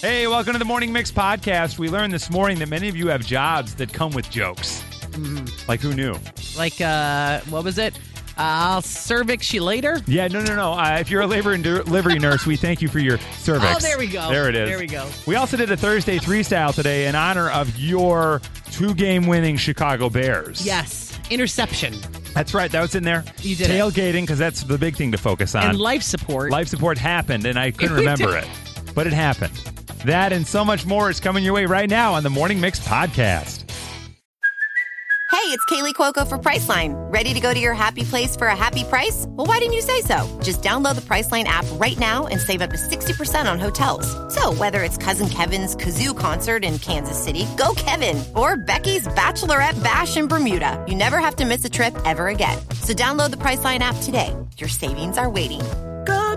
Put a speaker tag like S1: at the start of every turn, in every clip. S1: Hey, welcome to the Morning Mix podcast. We learned this morning that many of you have jobs that come with jokes.
S2: Mm-hmm.
S1: Like, who knew?
S2: Like, uh, what was it? Uh, I'll cervix you later.
S1: Yeah, no, no, no. Uh, if you're a labor and delivery nurse, we thank you for your cervix.
S2: Oh, there we go.
S1: There it is.
S2: There we go.
S1: We also did a Thursday three style today in honor of your two game winning Chicago Bears.
S2: Yes. Interception
S1: That's right. That was in there.
S2: You did it.
S1: Tailgating, because that's the big thing to focus on.
S2: and life support.
S1: Life support happened, and I couldn't
S2: It did.
S1: remember it, but it happened. That and so much more is coming your way right now on the Morning Mix podcast.
S3: Hey, it's Kaylee Cuoco for Priceline. Ready to go to your happy place for a happy price? Well, why didn't you say so? Just download the Priceline app right now and save up to 60% on hotels. So, whether it's Cousin Kevin's Kazoo concert in Kansas City, go Kevin, or Becky's Bachelorette Bash in Bermuda, you never have to miss a trip ever again. So, download the Priceline app today. Your savings are waiting.
S4: Go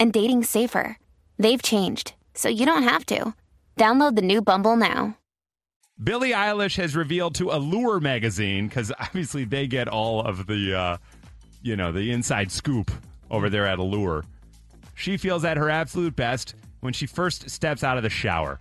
S5: and dating safer. They've changed, so you don't have to. Download the new Bumble now.
S1: Billie Eilish has revealed to Allure magazine because obviously they get all of the, uh, you know, the inside scoop over there at Allure. She feels at her absolute best when she first steps out of the shower.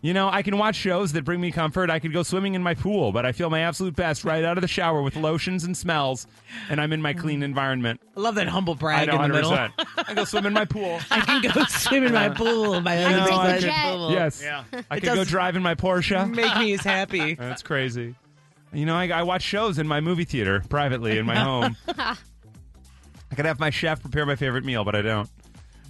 S1: You know, I can watch shows that bring me comfort. I could go swimming in my pool, but I feel my absolute best right out of the shower with lotions and smells, and I'm in my clean environment.
S2: I love that humble
S1: I
S2: brag
S1: know,
S2: in the
S1: 100%.
S2: middle.
S1: I go swim in my pool.
S2: I can go swim in my pool. My own
S1: know, I
S2: private
S1: could-
S2: pool.
S1: Yes. I could go
S2: doesn't-
S1: drive in my Porsche.
S2: Make me as happy.
S1: That's crazy. You know, I, I watch shows in my movie theater privately in my home. I could have my chef prepare my favorite meal, but I don't.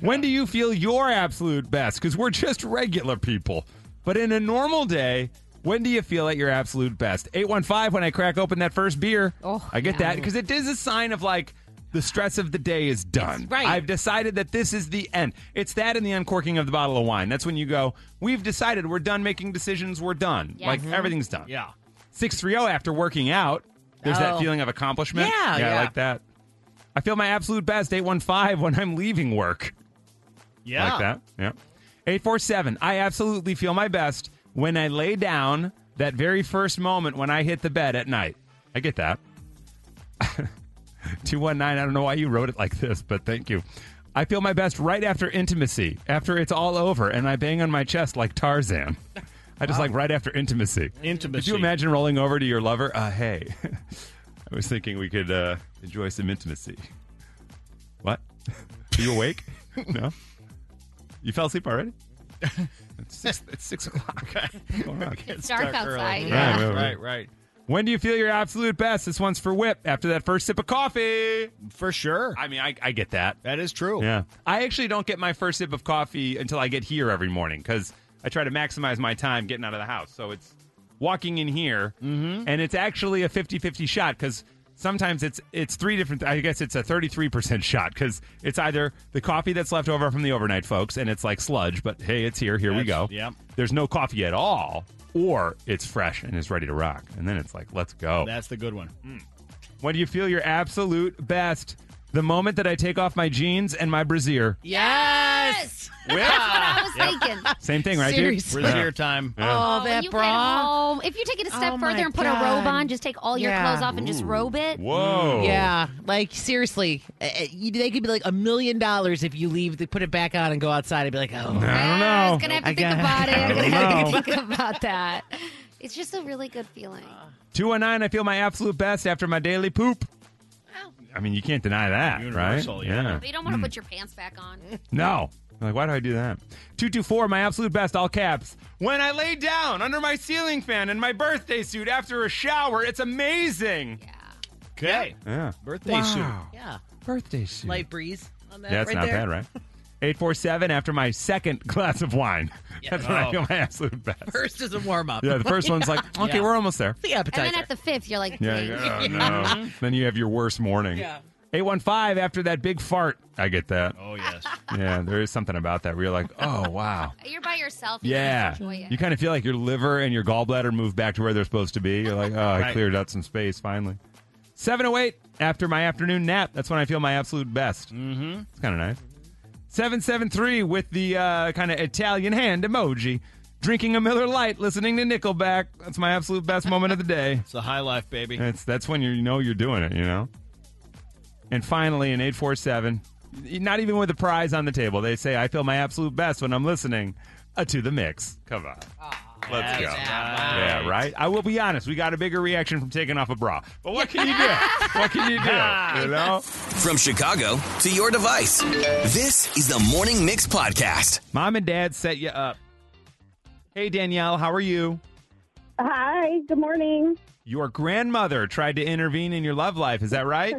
S1: When do you feel your absolute best? Because we're just regular people. But in a normal day, when do you feel at your absolute best? 815, when I crack open that first beer,
S6: Oh,
S1: I get that because it is a sign of like the stress of the day is done.
S2: It's right.
S1: I've decided that this is the end. It's that and the uncorking of the bottle of wine. That's when you go, we've decided we're done making decisions, we're done.
S6: Yes.
S1: Like
S2: Mm-hmm.
S6: Mhm.
S1: everything's done.
S2: Yeah.
S1: 630 after working out. There's that
S2: Oh.
S1: feeling of accomplishment.
S2: Yeah,
S1: yeah, I
S2: yeah.
S1: like that. I feel my absolute best 815 when I'm leaving work.
S2: Yeah.
S1: Like that. Yeah. 847. I absolutely feel my best when I lay down that very first moment when I hit the bed at night. I get that. 219. I don't know why you wrote it like this, but thank you. I feel my best right after intimacy, after it's all over, and I bang on my chest like Tarzan. I just like right after intimacy.
S7: Intimacy.
S1: Could you imagine rolling over to your lover? Uh, hey, I was thinking we could uh, enjoy some intimacy. What? Are you awake? no. You fell asleep already? it's, six, it's six o'clock. What's going on?
S6: It's dark outside.
S1: Yeah.
S6: Yeah.
S1: Right, right,
S7: right, right.
S1: When do you feel your absolute best? This one's for Whip after that first sip of coffee.
S7: For sure.
S1: I mean, I, I get that.
S7: That is true.
S1: Yeah. I actually don't get my first sip of coffee until I get here every morning because I try to maximize my time getting out of the house. So it's walking in here, and it's actually a 50 50 shot because sometimes it's it's three different i guess it's a 33% shot because it's either the coffee that's left over from the overnight folks and it's like sludge but hey it's here here we go
S7: That's- yep.
S1: there's no coffee at all or it's fresh and it's ready to rock and then it's like let's go
S7: That's the good one.
S1: Mm-hmm. when do you feel your absolute best the moment that i take off my jeans and my brassiere
S2: Yes.
S6: I was thinking.
S1: Same thing, right,
S2: Seriously.
S1: dude?
S7: Brazier time.
S2: Oh,
S6: Oh, when
S2: that
S6: you get
S2: bra.
S6: home- If you take it a step
S2: Oh, my
S6: further and put a robe
S2: God.
S6: on, just take all your
S2: Yeah.
S6: clothes off and just robe it.
S1: Whoa.
S2: Yeah, like seriously, uh, uh, you- they could be like a million dollars if you leave, they put it back on and go outside and be like, oh,
S1: I don't
S6: Ah, I
S1: know.
S6: was gonna have to
S2: I
S6: think
S2: got-
S6: about it.
S1: I
S6: I'm gonna
S1: don't
S6: have
S1: know.
S6: to think about that. It's just a really good feeling.
S1: 219, oh I feel my absolute best after my daily poop. I mean, you can't deny that,
S7: Universal,
S1: right?
S7: yeah.
S6: But you don't
S1: Hmm.
S6: want to put your pants back on.
S1: No. Like, why do I do that? 224, my absolute best, all caps. When I lay down under my ceiling fan in my birthday suit after a shower, it's amazing.
S6: Yeah.
S7: Okay.
S1: Yeah.
S7: Birthday suit.
S2: yeah,
S1: Birthday suit.
S2: light breeze. On that
S1: yeah, it's
S2: uh, right
S1: not
S2: there.
S1: bad, right? 847, after my second glass of wine. That's when I
S7: Oh.
S1: feel my absolute best.
S2: First is a warm up.
S1: Yeah, the first one's like, okay,
S2: Yeah.
S1: we're almost there.
S2: the
S6: And then
S2: appetizer.
S6: at the fifth, you're like,
S1: Yeah,
S6: "Hey."
S1: yeah, no. then you have your worst morning.
S2: Yeah.
S1: 815 after that big fart. I get that.
S7: Oh yes.
S1: Yeah, there is something about that where you're like, oh, wow.
S6: You're by yourself. You
S1: Yeah.
S6: can enjoy it.
S1: You kind of feel like your liver and your gallbladder move back to where they're supposed to be. You're like, oh, I
S7: Right.
S1: cleared out some space finally. 708 after my afternoon nap. That's when I feel my absolute best. Mm-hmm. It's kind of nice. 773 with the uh, kind of Italian hand emoji. Drinking a Miller Light, listening to Nickelback. That's my absolute best moment of the day.
S7: It's the high life, baby.
S1: That's that's when you know you're doing it, you know. And finally, in eight four seven, not even with a prize on the table, they say I feel my absolute best when I'm listening uh, to the mix. Come on, let's go. Yeah, Ah, right. I will be honest. We got a bigger reaction from taking off a bra, but what can you do? what can you do? You know.
S8: From Chicago to your device, this is the Morning Mix Podcast.
S1: Mom and dad set you up. Hey, Danielle, how are you?
S9: Hi, good morning.
S1: Your grandmother tried to intervene in your love life. Is that right?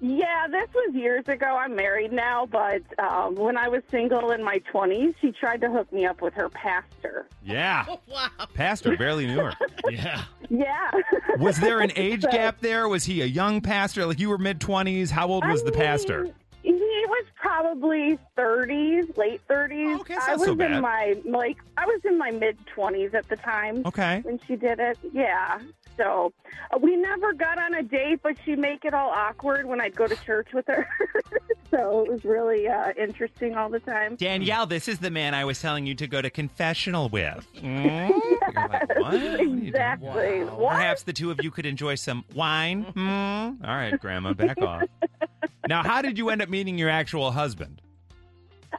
S9: Yeah, this was years ago. I'm married now, but um, when I was single in my 20s, she tried to hook me up with her pastor.
S1: Yeah. wow. Pastor barely knew her.
S7: Yeah.
S9: Yeah.
S1: Was there an age
S9: So-
S1: gap there? Was he a young pastor? Like you were mid 20s. How old
S9: I
S1: was the pastor?
S9: mean, He was probably 30s, late 30s.
S1: Oh, okay, it's
S9: I
S1: not
S9: was
S1: so bad.
S9: in my like I was in my mid 20s at the time
S1: Okay.
S9: when she did it. Yeah. So uh, we never got on a date, but she make it all awkward when I'd go to church with her. so it was really uh, interesting all the time.
S1: Danielle, this is the man I was telling you to go to confessional with. Mm-hmm. You're like, what? What are you doing?
S9: Exactly. What?
S1: Perhaps the two of you could enjoy some wine. Hmm. All right, Grandma, back off. Now, how did you end up meeting your actual husband?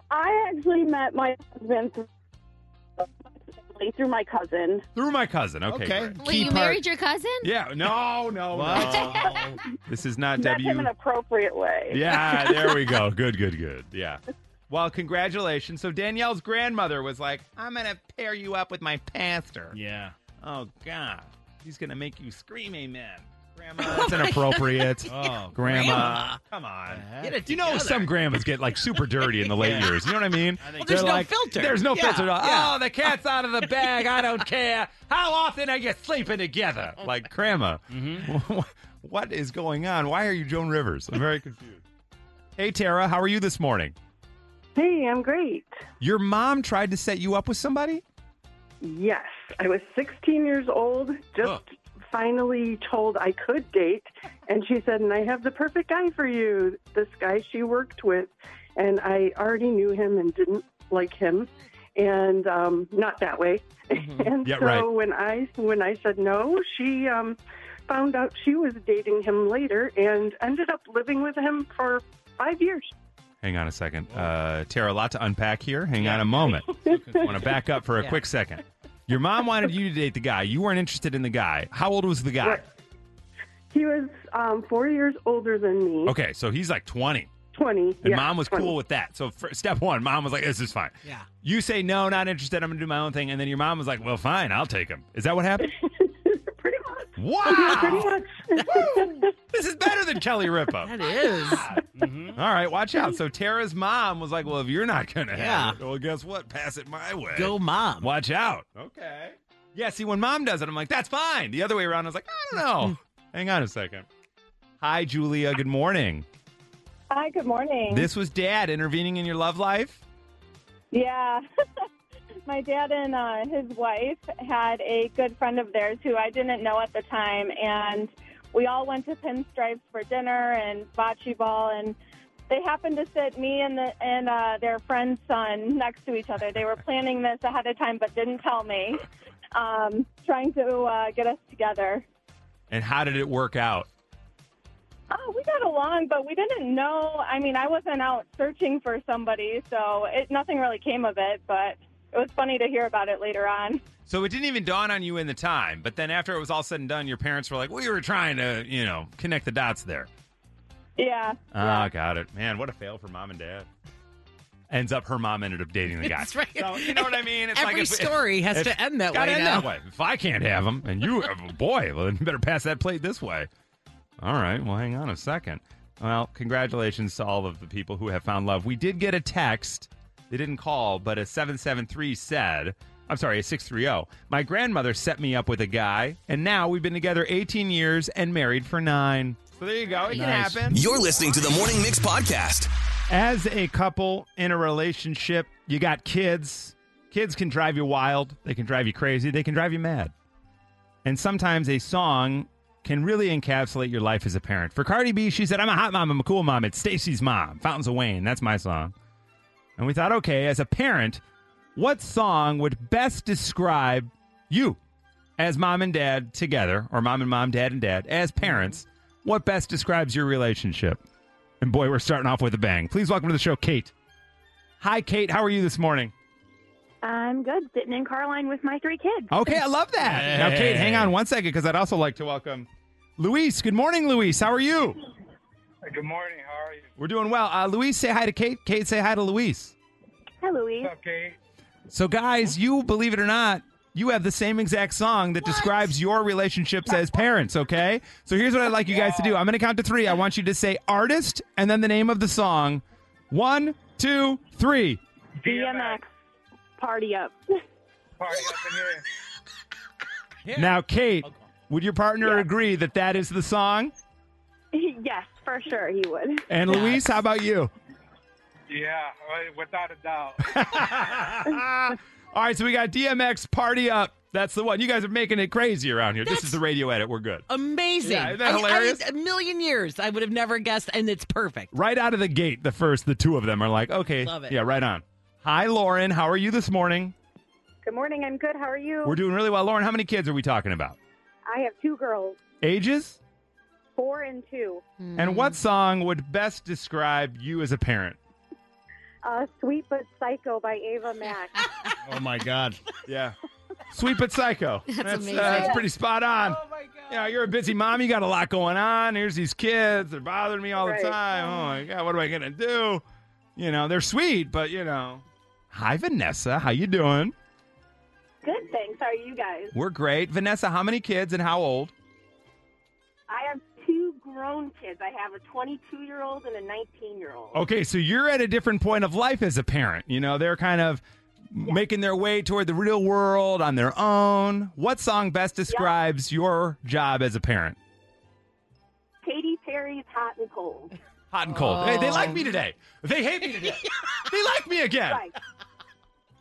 S9: I actually met my husband through, through my cousin.
S1: Through my cousin. Okay.
S7: Okay.
S1: great.
S6: Wait, you married your cousin?
S1: Yeah. No, no, Oh, no.
S7: Wow.
S1: This is not
S9: Met him
S1: W.
S9: in an appropriate way.
S1: Yeah, there we go. Good, good, good. Yeah. Well, congratulations. So Danielle's grandmother was like, I'm going to pair you up with my pastor.
S7: yeah.
S1: Oh, God. He's going to make you scream amen. Grandma. That's inappropriate.
S7: Oh.
S1: Grandma. Come on.
S2: Get it
S1: Uh, You know,
S2: together.
S1: some grandmas get like super dirty in the late years. You know what I mean?
S7: think
S1: They're
S2: there's no
S1: like-
S2: filter.
S1: There's no
S2: Yeah,
S1: filter.
S2: yeah.
S1: Oh, the cat's out of the bag. I don't care. How often are you sleeping together?
S2: Oh,
S1: Like, grandma,
S2: Mm-hmm.
S1: what is going on? Why are you Joan Rivers? I'm very confused. Hey, Tara, how are you this morning?
S9: Hey, I'm great.
S1: Your mom tried to set you up with somebody?
S9: Yes, I was 16 years old, just
S1: Huh.
S9: finally told I could date, and she said, "And I have the perfect guy for you." This guy she worked with, and I already knew him and didn't like him, and um, not that way. and
S1: Mm-hmm. Yeah,
S9: so
S1: right.
S9: when I when I said no, she um, found out she was dating him later and ended up living with him for five years.
S1: Hang on a second. Uh, Tara, a lot to unpack here. Hang on a moment. I want to back up for a
S2: Yeah.
S1: quick second. Your mom wanted you to date the guy. You weren't interested in the guy. How old was the guy?
S9: Right. He was um, four years older than me.
S1: Okay, so he's like 20.
S9: Twenty.
S1: And
S9: yeah,
S1: mom was
S9: 20.
S1: cool with that. So for step one, mom was like, this is fine.
S2: Yeah.
S1: You say, no, not interested. I'm going to do my own thing. And then your mom was like, well, fine, I'll take him. Is that what happened?
S9: Pretty much.
S1: wow.
S9: Oh, Pretty much.
S1: this is better than Kelly Ripa.
S2: That is.
S1: All right, watch out. So Tara's mom was like, well, if you're not going to have it,
S2: Yeah.
S1: well, guess what? Pass it my way.
S2: Go mom.
S1: Watch out. Okay. Yeah, see, when mom does it, I'm like, that's fine. The other way around, I was like, I don't know. Hang on a second. Hi, Julia. Good morning.
S9: Hi, good morning.
S1: This was dad intervening in your love life.
S9: yeah. My dad and uh, his wife had a good friend of theirs who I didn't know at the time, and we all went to Pinstripes for dinner and bocce ball, and they happened to sit me and the, and uh, their friend's son next to each other. They were planning this ahead of time, but didn't tell me, um, trying to uh, get us together.
S1: And how did it work out?
S9: Oh, we got along, but we didn't know. I mean, I wasn't out searching for somebody, so it, nothing really came of it. But it was funny to hear about it later on.
S1: So it didn't even dawn on you in the time, but then after it was all said and done, your parents were like, "We were trying to, you know, connect the dots there."
S9: Yeah,
S1: Ah, got it, man. What a fail for mom and dad. Ends up her mom ended up dating the guy.
S2: That's right.
S1: So, you know what I mean?
S2: Every
S1: if-
S2: story has to end that
S1: gotta
S2: way
S1: End
S2: now.
S1: that way. If I can't have them, and you, oh, boy, well, then you better pass that plate this way. All right. Well, hang on a second. Well, congratulations to all of the people who have found love. We did get a text. They didn't call, but a 773 said, I'm sorry, a 630. My grandmother set me up with a guy, and now we've been together 18 years and married for nine. So there you go. It
S2: Nice.
S1: can happen.
S8: You're listening to the Morning Mix podcast.
S1: As a couple in a relationship, you got kids. Kids can drive you wild. They can drive you crazy. They can drive you mad. And sometimes a song can really encapsulate your life as a parent. For Cardi B, she said, I'm a hot mom. I'm a cool mom. It's Stacy's mom. Fountains of Wayne. That's my song. And we thought, okay, as a parent, what song would best describe you as mom and dad together, or mom and mom, dad and dad, as parents? What best describes your relationship? And boy, we're starting off with a bang. Please welcome to the show, Kate. Hi, Kate. How are you this morning?
S9: I'm good, sitting in car line with my three kids.
S1: Okay, I love that. Now, Kate, hang on one second because I'd also like to welcome Luis. Good morning, Luis. How are you?
S10: Good morning. How are you?
S1: We're doing well. Uh, Luis, say hi to Kate. Kate, say hi to Luis.
S9: Hi, Louise.
S10: What's up, Kate?
S1: So, guys, you believe it or not, you have the same exact song that describes your relationships as parents, okay? So, here's what I'd like you guys to do I'm going to count to three. I want you to say artist and then the name of the song. One, two, three.
S9: DMX, party up.
S10: Party up in here.
S1: Now, Kate, would your partner agree that that is the song?
S9: yes, for sure he would.
S1: And Luis, how about you?
S10: Yeah, right, without a doubt.
S1: All right, so we got DMX Party Up. That's the one. You guys are making it crazy around here. this is the radio edit. We're good.
S2: Amazing.
S1: Yeah, isn't that
S2: I- I-
S1: hilarious?
S2: a million years, I would have never guessed, and it's perfect.
S1: Right out of the gate, the first, the two of them are like, okay.
S2: Love it.
S1: Yeah, right on. Hi, Lauren. How are you this morning?
S9: Good morning. I'm good. How are you?
S1: We're doing really well. Lauren, how many kids are we talking about?
S9: I have two girls,
S1: Ages?
S9: four and two.
S2: Hmm.
S1: And what song would best describe you as a parent?
S9: Uh, Sweet but Psycho by Ava Max.
S7: Oh my God.
S1: Yeah. Sweet but Psycho. That's, uh,
S6: amazing.
S1: that's pretty spot on. Oh, my God. Yeah, you're a busy mom. You got a lot going on. Here's these kids. They're bothering me all
S9: Right.
S1: the time. Oh, my God. What am I going to do? You know, they're sweet, but, you know. Hi, Vanessa. How you doing?
S9: good, thanks. How are you guys?
S1: We're great. Vanessa, how many kids and how old?
S9: I have two grown kids. I have a 22 year old and a 19 year old.
S1: Okay, so you're at a different point of life as a parent. You know, they're kind of making their way toward the real world on their own. What song best describes your job as a parent?
S9: Katy Perry's Hot and Cold.
S1: Hot and cold. Hey, they like me today. They hate me today. they like me again.
S9: Right.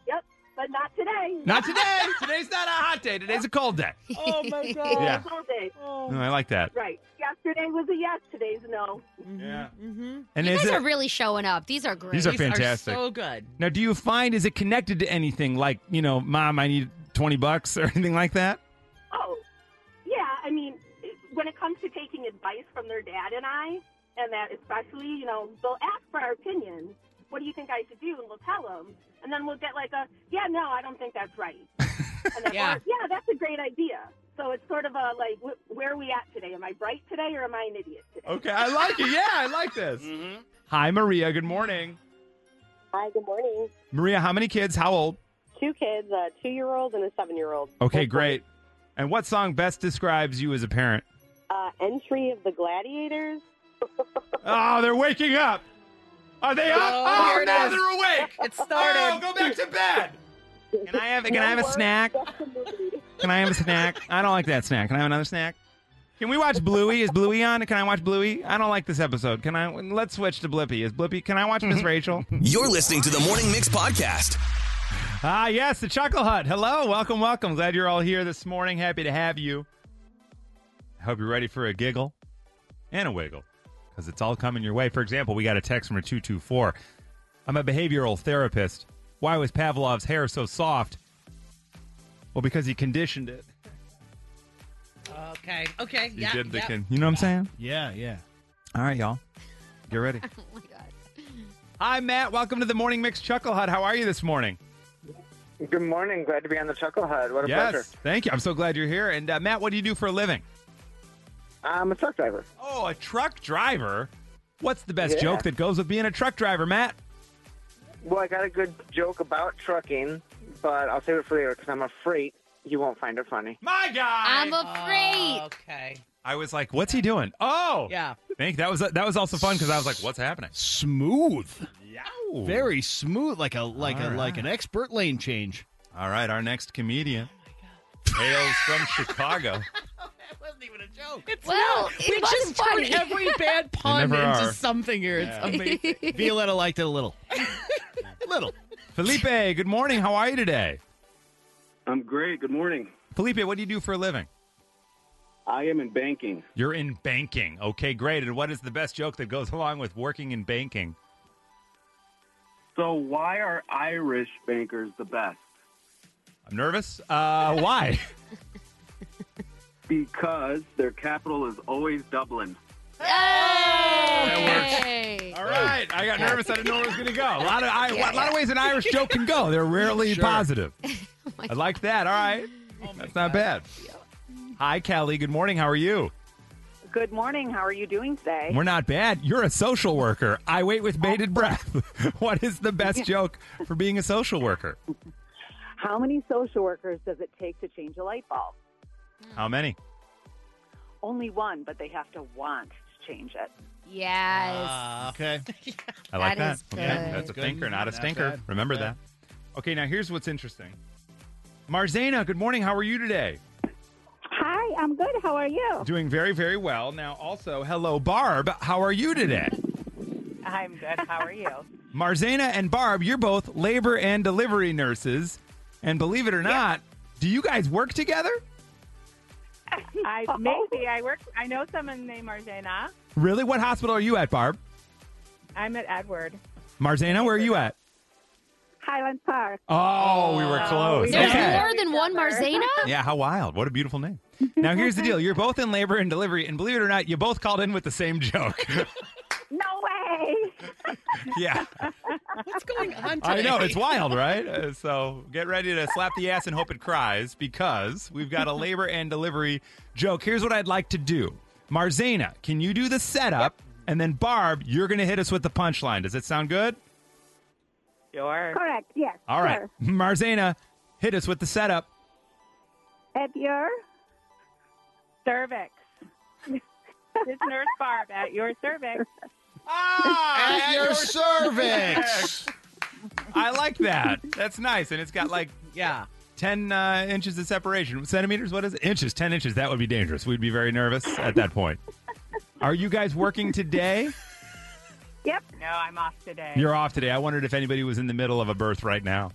S9: yep, but not today.
S1: Not today. Today's not a hot day. Today's a cold day.
S9: Oh my God.
S1: Yeah.
S9: All day.
S1: Oh, I like that.
S9: Right. Yesterday was a yes. Today's a no.
S1: Yeah.
S2: Mhm.
S1: And
S6: You
S1: is
S6: guys
S1: it
S6: are really showing up. These are great.
S1: These are
S2: These
S1: fantastic.
S2: Are so good.
S1: now? Do you find is it connected to anything like you know, mom, I need twenty bucks or anything like that?
S9: Oh, yeah. I mean, it- when it comes to taking advice from their dad and I, and that especially, you know, they'll ask for our opinion. What do you think I should do? And we'll tell them, and then we'll get like a, yeah, no, I don't think that's right. And then,
S2: Yeah.
S9: "Or, yeah, that's a great idea. So it's sort of a like, wh- where are we at today? Am I bright today or am I an idiot today?
S1: Okay, I like it. Yeah, I like this. Hi, Maria. Good morning,
S9: Hi, good morning.
S1: Maria. How many kids? How old?
S9: Two kids, a two-year-old and a seven-year-old.
S1: Okay, great. And what song best describes you as a parent?
S9: Uh, entry of the Gladiators.
S1: Oh, they're waking up. Are they up?
S2: Oh,
S1: Oh,
S2: here it
S1: now
S2: is.
S1: they're awake.
S2: It started.
S1: Oh, go back to bed. Can I have? Can I have a snack? Can I have a snack? I don't like that snack. Can I have another snack? Can we watch Bluey? Is Bluey on? Can I watch Bluey? I don't like this episode. Can I? Let's switch to Blippy. Is Blippy? Can I watch Miss Rachel?
S8: You're listening to the Morning Mix podcast.
S1: Ah, yes, the Chuckle Hut. Hello, welcome, welcome. Glad you're all here this morning. Happy to have you. I hope you're ready for a giggle and a wiggle because it's all coming your way. For example, we got a text from a 224. I'm a behavioral therapist. Why was Pavlov's hair so soft? Well, because he conditioned it.
S2: Okay. Okay.
S1: He
S2: yeah.
S1: did the
S2: yeah.
S1: con- You know what I'm saying?
S7: Yeah, yeah.
S1: All right, y'all. Get ready.
S6: Oh my God.
S1: Hi, Matt. Welcome to the Morning Mix Chuckle Hut. How are you this morning?
S10: Good morning. Glad to be on the Chuckle Hut. What a
S1: yes.
S10: pleasure.
S1: Thank you. I'm so glad you're here. And uh, Matt, what do you do for a living?
S10: I'm a truck driver.
S1: Oh, a truck driver? What's the best
S10: Yeah.
S1: joke that goes with being a truck driver, Matt?
S10: Well, I got a good joke about trucking, but I'll save it for later because I'm afraid you won't find it funny.
S1: My guy.
S6: I'm
S1: Oh,
S6: afraid.
S2: Okay.
S1: I was like, "What's he doing?" Oh,
S2: Yeah.
S1: Thank. That was that was also fun because I was like, "What's happening?"
S7: Smooth.
S1: Yeah.
S7: Very smooth. Like a like
S1: All
S7: a like
S1: right.
S7: an expert lane change.
S1: All right, our next comedian hails from Chicago.
S2: That was wasn't even a joke. It's
S6: Well,
S2: not.
S6: it
S2: we
S6: was
S2: just
S6: funny.
S2: turn every bad pun into
S1: never are.
S2: something here. It's
S7: Yeah.
S2: amazing.
S7: Violetta liked it a little. little.
S1: Felipe, good morning. How are you today?
S11: I'm great. Good morning.
S1: Felipe, what do you do for a living?
S11: I am in banking.
S1: You're in banking. Okay, great. And what is the best joke that goes along with working in banking?
S11: So, why are Irish bankers the best?
S1: I'm nervous. Uh, why?
S11: Because their capital is always Dublin.
S6: Hey!
S1: All right. I got nervous. I didn't know where it was going to go. A lot of I,
S6: Yeah,
S1: a lot of
S6: yeah.
S1: ways an Irish joke can go. They're rarely
S7: Sure. Oh
S1: positive. I like that. All right. That's not bad. Hi, Kelly. Good morning. How are you?
S12: Good morning. How are you doing today?
S1: We're not bad. You're a social worker. I wait with bated breath. what is the best joke for being a social worker?
S12: How many social workers does it take to change a light bulb?
S1: How many?
S12: Only one, but they have to want to change it.
S1: Ah.
S6: Yes.
S7: okay.
S1: I like
S6: That
S1: that.
S6: is
S1: Okay.
S6: good.
S1: That's a
S7: Good.
S1: thinker, not a
S7: Not
S1: stinker.
S7: bad.
S1: Remember
S7: Not
S1: that. Okay, now here's what's interesting. Marzana, good morning. How are you today?
S13: Hi, I'm good. How are you?
S1: Doing very, very well. Now, also, hello, Barb. How are you today?
S12: I'm good. How are you?
S1: Marzana and Barb, you're both labor and delivery nurses. And believe it or not, do you guys work together?
S13: I maybe I work. I know someone named Marzana.
S1: Really? What hospital are you at, Barb?
S13: I'm at Edward
S1: Marzana, where are you at?
S13: Highland Park.
S1: Oh, we were close.
S6: There's
S1: Okay.
S6: more than one Marzana?
S1: Yeah, how wild. What a beautiful name. Now, here's the deal. You're both in labor and delivery, and believe it or not, you both called in with the same joke.
S13: No way.
S1: yeah.
S2: What's going on? Today?
S1: I know. It's wild, right? Uh, so get ready to slap the ass and hope it cries because we've got a labor and delivery joke. Here's what I'd like to do Marzana, can you do the setup? And then, Barb, you're going to hit us with the punchline. Does it sound good?
S13: Sure. Correct. Yes.
S1: All right.
S13: sure.
S1: Marzana, hit us with the setup.
S13: At your cervix. this nurse Barb at your cervix.
S1: Ah,
S7: At your cervix.
S1: I like that. That's nice. And it's got like, yeah. 10 uh, inches of separation. Centimeters? What is it? Inches. 10 inches. That would be dangerous. We'd be very nervous at that point. Are you guys working today?
S13: Yep. No, I'm off today.
S1: You're off today. I wondered if anybody was in the middle of a birth right now.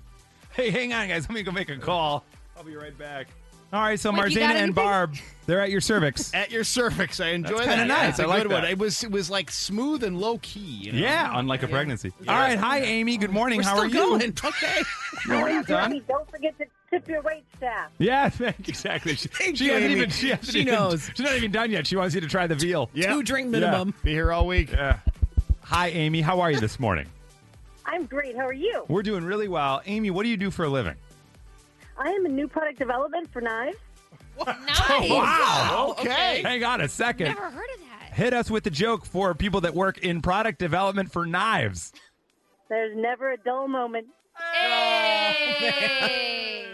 S1: Hey, hang on, guys. Let me go make a call. I'll be right back. All right, so
S6: Wait, you
S1: Marzana
S6: got
S1: and
S6: anything?
S1: Barb, they're at your cervix.
S7: At your cervix. I enjoy
S1: That's
S7: that.
S1: kinda nice.
S7: That's
S1: I
S7: a
S1: like
S7: good
S1: that.
S7: one. It was it was like smooth and low key. You know?
S1: Yeah, unlike a pregnancy.
S7: Yeah.
S1: All right, hi, Amy. Good morning.
S2: We're
S1: How
S2: still
S1: are you?
S2: going. Okay.
S1: No, we're not done.
S12: Don't forget to tip your wait staff.
S1: Yeah, thank- exactly. She, she
S2: you,
S1: hasn't
S2: Amy.
S1: even. She, hasn't
S2: She
S1: even-
S2: knows.
S1: She's not even done yet. She wants you to try the veal.
S7: Yeah.
S2: Two drink
S1: Yeah.
S2: minimum.
S7: Be here all week.
S1: Yeah. Hi, Amy. How are you this morning?
S12: I'm great. How are you?
S1: We're doing really well. Amy, what do you do for a living?
S12: I am in new product development for knives.
S6: Nice.
S1: Wow.
S7: Oh, Okay.
S1: Hang on a second.
S6: Never heard of that.
S1: Hit us with the joke for people that work in product development for knives.
S12: There's never a dull moment.
S6: Hey.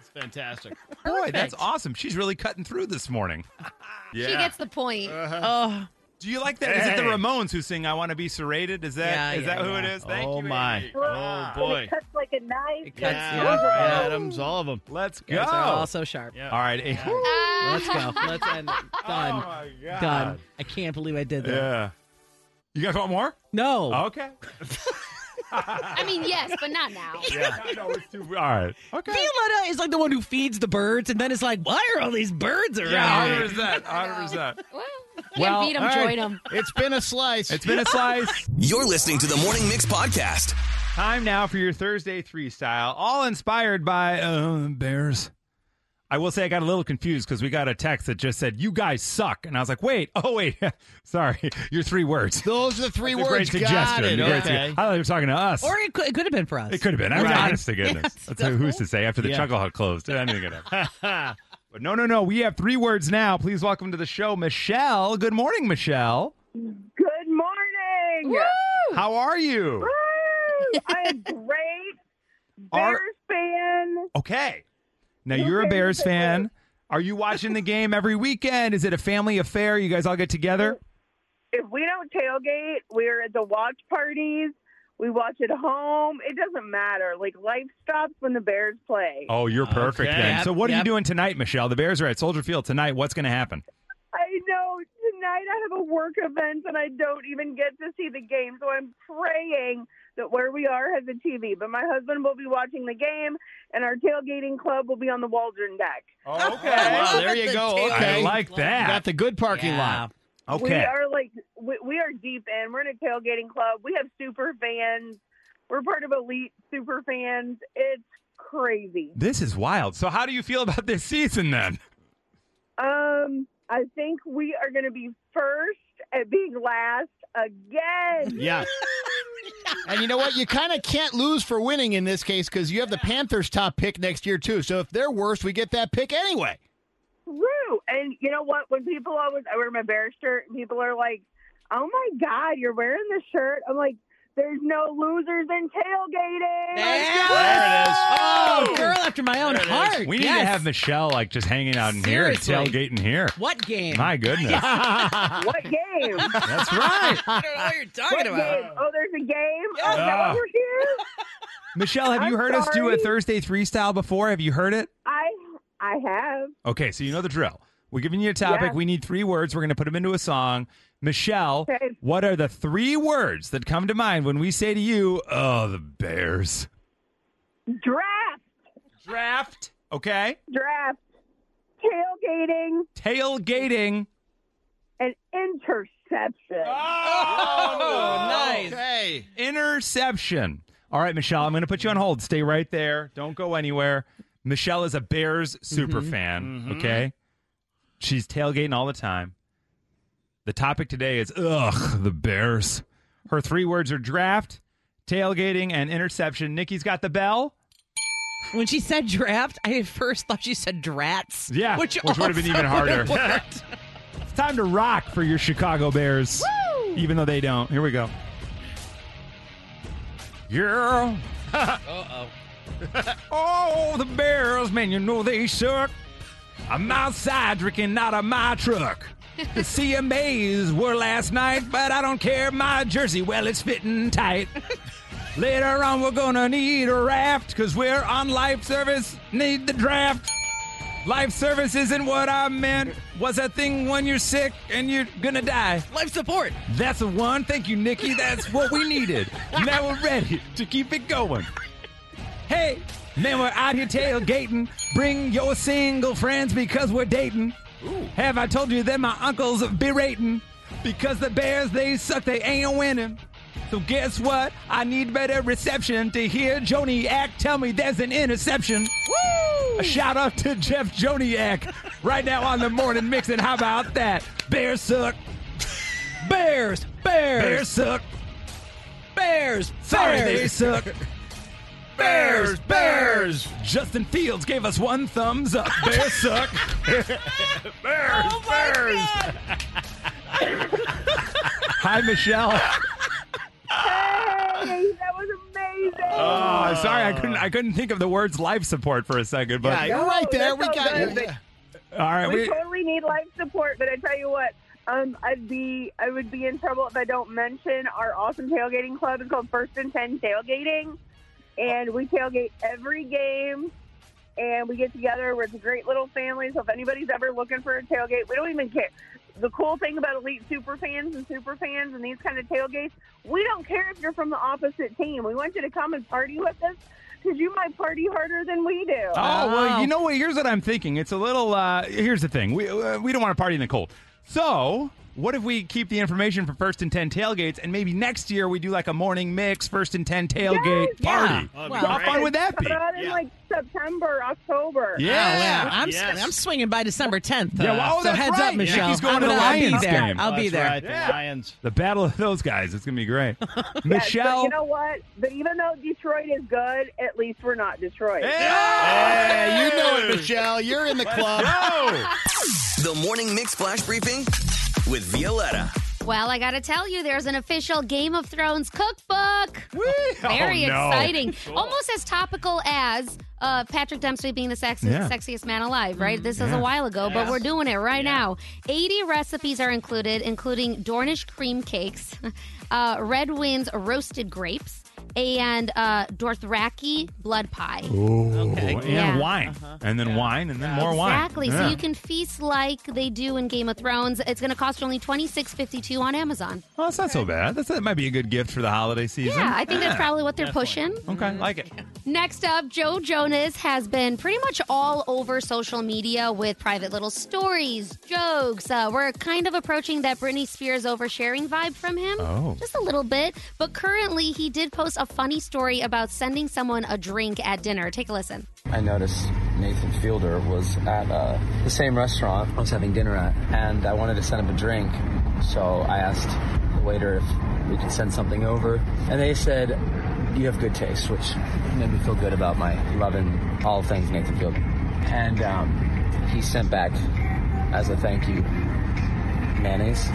S7: It's fantastic.
S1: Boy, that's awesome. She's really cutting through this morning. yeah.
S6: She gets the point.
S2: Oh,
S1: Do you like that? Is it the
S7: Hey.
S1: Ramones who sing "I Want to Be Serrated"? Is that
S2: Yeah,
S1: is
S2: yeah,
S1: that who
S2: yeah.
S1: it is? Thank
S7: oh
S1: you,
S7: my.
S1: Amy.
S7: Oh
S12: And
S7: boy.
S12: it cuts like a knife.
S2: Cuts,
S7: Yeah,
S2: yeah.
S7: Bryan Adams, all of them.
S1: Let's go.
S2: you guys are all so sharp.
S7: Yeah.
S1: all right, Amy.
S2: Let's go. Let's end. it. Done.
S1: Oh God.
S2: Done. I can't believe I did that.
S1: Yeah. You guys want more?
S2: No.
S1: Okay.
S6: I mean, yes, but not now.
S1: Yeah. no, it's too. All right. Okay.
S2: Violetta is like the one who feeds the birds, and then it's like, why are all these birds around?
S1: Yeah,
S2: here?
S1: hundred percent. Hundred percent.
S6: Well, you can't
S1: Well,
S6: beat 'em,
S1: Oh, all right.
S6: join 'em.
S7: It's been a slice.
S1: It's been a slice.
S8: You're listening to the Morning Mix podcast.
S1: Time now for your Thursday three style, all inspired by uh, Bears. I will say I got a little confused because we got a text that just said, "You guys suck," and I was like, "Wait, oh wait, sorry, your three words."
S7: Those are the three
S1: That's a
S7: words.
S1: Great
S7: Got
S1: suggestion.
S7: it.
S1: A great sugge-
S7: Okay.
S1: I thought you were talking to us.
S2: Or it could, it could have been for us.
S1: it could have been. I mean,
S7: Right.
S1: honest to goodness.
S2: Yes.
S1: That's who- who's to say after the
S7: Yeah.
S1: chuckle hut closed. Anything could happen. But no, no, no. We have three words now. Please welcome to the show, Michelle. Good morning, Michelle.
S13: Good morning.
S1: How are you?
S13: Woo! I am great.
S1: Are-
S13: Bears fan.
S1: Okay. Now you're a Bears fan. Are you watching the game every weekend? Is it a family affair? You guys all get together?
S13: If we don't tailgate, we're at the watch parties.
S9: We watch at home. It doesn't matter. Like life stops when the Bears play.
S1: Oh, you're perfect
S9: Okay.
S1: then.
S9: Yep,
S1: so what are you
S9: yep.
S1: doing tonight, Michelle? The Bears are at Soldier Field tonight. What's going to happen?
S9: I know tonight I have a work event and I don't even get to see the game. So I'm praying that where we are has a TV. But my husband will be watching the game and our tailgating club will be on the Waldron deck.
S1: Oh, okay.
S7: Wow, there you go. Okay.
S1: I like that.
S7: Got the good parking
S1: Yeah.
S7: lot.
S9: We are like we, we are deep in. We're in a tailgating club. We have super fans. We're part of elite super fans. It's crazy.
S1: This is wild. So how do you feel about this season then?
S9: Um, I think we are going to be first at being last again.
S7: Yeah. And you know what? You kind of can't lose for winning in this case because you have the Panthers' top pick next year too. So if they're worse, we get that pick anyway.
S9: True. And you know what? When people always, I wear my Bears shirt, and people are like, oh my God, you're wearing this shirt. I'm like, there's no losers in tailgating.
S2: There it is. Oh, girl after my own
S1: There it is.
S2: heart.
S1: We need
S2: Yes.
S1: to have Michelle like just hanging out in here and
S2: Seriously.
S1: tailgating here.
S2: What game?
S1: My goodness.
S9: what game?
S1: That's right.
S2: I don't know what you're talking
S9: What
S2: about.
S9: game? Oh, there's a game? Oh, is that
S1: Yeah.
S9: why we're here?
S1: Michelle, have you
S9: I'm
S1: heard us do a
S9: sorry.
S1: Thursday three style before? Have you heard it?
S9: I, I have.
S1: Okay, so you know the drill. We're giving you a topic.
S9: Yeah.
S1: We need three words. We're going to put them into a song. Michelle, what are the three words that come to mind when we say to you, oh, the Bears?
S9: Draft.
S1: Draft. Okay.
S9: Draft. Tailgating.
S1: Tailgating.
S9: An interception.
S1: Ah! Oh,
S2: nice.
S7: Okay.
S1: Interception. All right, Michelle, I'm going to put you on hold. Stay right there. Don't go anywhere. Michelle is a Bears super fan, okay? She's tailgating all the time. The topic today is ugh, the Bears. Her three words are draft, tailgating, and interception. Nikki's got the bell.
S2: When she said draft, I at first thought she said drats.
S1: Yeah,
S2: which,
S1: which would've been
S2: also
S1: even harder.
S2: would've worked.
S1: It's time to rock for your Chicago Bears, even though they don't. Here we go. Yeah.
S2: Uh-oh.
S1: oh, the Bears, man, you know they suck. I'm outside drinking out of my truck. The CMAs were last night, but I don't care. My jersey, well, it's fitting tight. Later on, we're gonna need a raft because we're on life service. Need the draft. Life service isn't what I meant. Was that thing when you're sick and you're gonna die?
S2: Life support.
S1: That's the one. Thank you, Nikki. That's what we needed. Now we're ready to keep it going. Hey, man, we're out here tailgating. Bring your single friends because we're dating. Have I told you that my uncle's berating? Because the Bears, they suck, they ain't winning. So guess what? I need better reception to hear Joniak tell me there's an interception. Woo! A shout out to Jeff Joniak right now on the morning mix, and how about that? Bears suck. Bears, bears, bears suck. Bears, sorry
S2: bears.
S1: they suck. Bears, bears. Justin Fields gave us one thumbs up. Bears suck. bears, bears. Hi, Michelle.
S9: Hey, that was amazing.
S1: Oh, sorry, I couldn't. I couldn't think of the words life support for a second. But
S7: Yeah, you're right there.
S9: that's
S7: We
S9: all
S7: got
S9: good.
S7: yeah.
S1: all right,
S9: we,
S1: we,
S9: totally need life support, but I tell you what, um, I'd be I would be in trouble if I don't mention our awesome tailgating club. It's called First and Ten Tailgating, and we tailgate every game. And we get together. We're a great little family. So if anybody's ever looking for a tailgate, we don't even care. The cool thing about elite super fans and super fans and these kind of tailgates, we don't care if you're from the opposite team. We want you to come and party with us because you might party harder than we do.
S1: Oh well, you know what? Here's what I'm thinking. It's a little. Uh, here's the thing. We uh, we don't want to party in the cold. So what if we keep the information for first and ten tailgates, and maybe next year we do like a morning mix first and ten tailgate
S9: Yes!
S1: party?
S9: Yeah.
S1: How fun would that be?
S9: Put out in like September, October.
S1: Yeah.
S2: Oh, yeah. I'm,
S1: Yes.
S2: I'm swinging by December 10th.
S1: Yeah,
S2: uh,
S1: well, oh,
S2: so
S1: that's
S2: heads
S1: right.
S2: up, Michelle.
S1: Nikki's going
S2: I'm
S1: to the
S2: gonna- I'll be
S1: Lions
S2: there.
S1: game.
S2: I'll be
S7: That's
S2: there.
S7: right, the Lions.
S1: The battle of those guys. It's gonna be great.
S9: Yeah,
S1: Michelle.
S9: So you know what? But even though Detroit is good, at least we're not Detroit.
S7: Hey, you know it, Michelle. You're in the club.
S1: Oh!
S14: The Morning Mix Flash Briefing with Violetta.
S6: Well, I got to tell you, there's an official Game of Thrones cookbook. Very
S14: Oh, no.
S6: exciting. Almost as topical as uh, Patrick Dempsey being the sexy,
S15: Yeah.
S6: sexiest man alive, right? This is
S15: Yeah.
S6: a while ago,
S15: Yes.
S6: but we're doing it right now. 80 recipes are included, including Dornish cream cakes, uh, Red Wind's roasted grapes, and uh, Dothraki blood pie.
S1: okay. And
S6: Yeah. Uh-huh.
S1: wine. And then wine and then more wine.
S6: Exactly.
S1: Yeah.
S6: So you can feast like they do in Game of Thrones. It's going to cost you only twenty six fifty two on Amazon.
S1: Well, that's Oh, not so bad. That's, that might be a good gift for the holiday season.
S6: Yeah, I think that's
S1: Yeah.
S6: probably what they're pushing.
S1: Okay, like it.
S6: Next up, Joe Jonas has been pretty much all over social media with private little stories, jokes. Uh, we're kind of approaching that Britney Spears oversharing vibe from him.
S14: Oh.
S6: Just a little bit. But currently, he did post a funny story about sending someone a drink at dinner. Take a listen.
S14: I noticed Nathan Fielder was at uh, the same restaurant I was having dinner at, and I wanted to send him a drink. So I asked the waiter if we could send something over, and they said, You have good taste, which made me feel good about my love and all things Nathan Fielder. And um, he sent back, as a thank you, mayonnaise.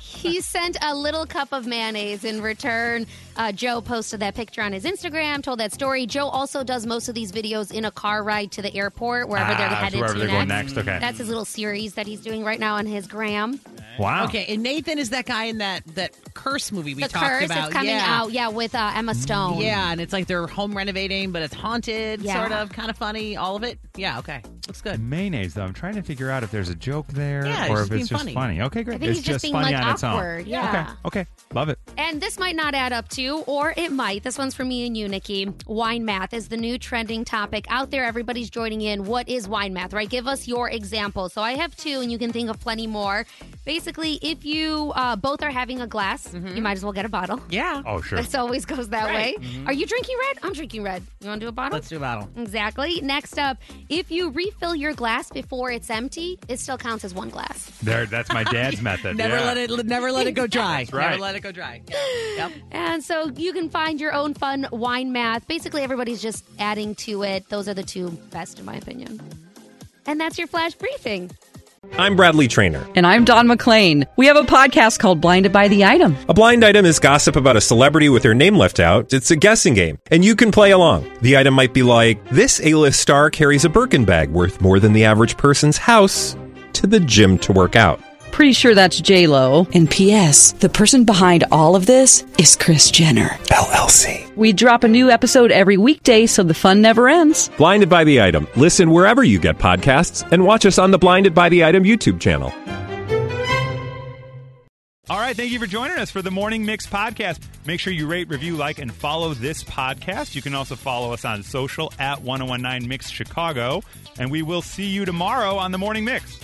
S6: He sent a little cup of mayonnaise in return. Uh, Joe posted that picture on his Instagram, told that story. Joe also does most of these videos in a car ride to the airport, wherever they're
S1: Ah, so
S6: headed
S1: wherever
S6: to
S1: they're
S6: next.
S1: going next, okay.
S6: That's his little series that he's doing right now on his gram.
S1: Wow.
S2: Okay, and Nathan is that guy in that that curse movie we
S6: the
S2: talked
S6: curse
S2: about.
S6: it's coming
S2: yeah.
S6: out, yeah, with uh, Emma Stone.
S2: Yeah, and it's like they're home renovating, but it's haunted,
S6: Yeah.
S2: sort of, kind of funny, all of it. Yeah, okay, looks good.
S1: Mayonnaise, though. I'm trying to figure out if there's a joke there
S2: Yeah, he's
S1: or
S2: just
S1: if it's
S2: being
S1: just funny.
S2: funny.
S1: Okay, great.
S6: I think
S1: it's
S6: he's just being,
S1: funny
S6: like,
S1: on its own.
S6: awkward. Yeah.
S1: Okay. Okay. Love it.
S6: And this might not add up to, or it might. This one's for me and you, Nikki. Wine math is the new trending topic out there. Everybody's joining in. What is wine math, right? Give us your example. So I have two, and you can think of plenty more. Basically, if you uh, both are having a glass, you might as well get a bottle.
S2: Mm-hmm. Yeah.
S1: Oh, sure.
S6: This always goes that
S2: Right.
S6: way.
S2: Mhm.
S6: Are you drinking red? I'm drinking red. You want to do a bottle?
S2: Let's do a bottle.
S6: Exactly. Next up, if you refill your glass before it's empty, it still counts as one glass.
S1: There. That's my dad's method.
S2: Never
S1: yeah.
S2: let it never let it go dry.
S1: That's right.
S2: Never let it go dry. Yeah. Yep.
S6: And so you can find your own fun wine math. Basically, everybody's just adding to it. Those are the two best, in my opinion. And that's your flash briefing.
S16: I'm Bradley Trainer.
S17: And I'm Don McClain. We have a podcast called Blinded by the Item.
S16: A blind item is gossip about a celebrity with their name left out. It's a guessing game, and you can play along. The item might be like this: A-list star carries a Birkin bag worth more than the average person's house to the gym to work out.
S17: Pretty sure that's J Lo. And P.S. The person behind all of this is Chris Jenner LLC. We drop a new episode every weekday, so the fun never ends.
S16: Blinded by the item. Listen wherever you get podcasts, and watch us on the Blinded by the Item YouTube channel.
S1: All right, thank you for joining us for the Morning Mix podcast. Make sure you rate, review, like, and follow this podcast. You can also follow us oh on social at 1019 Mix Chicago, and we will see you tomorrow on the Morning Mix.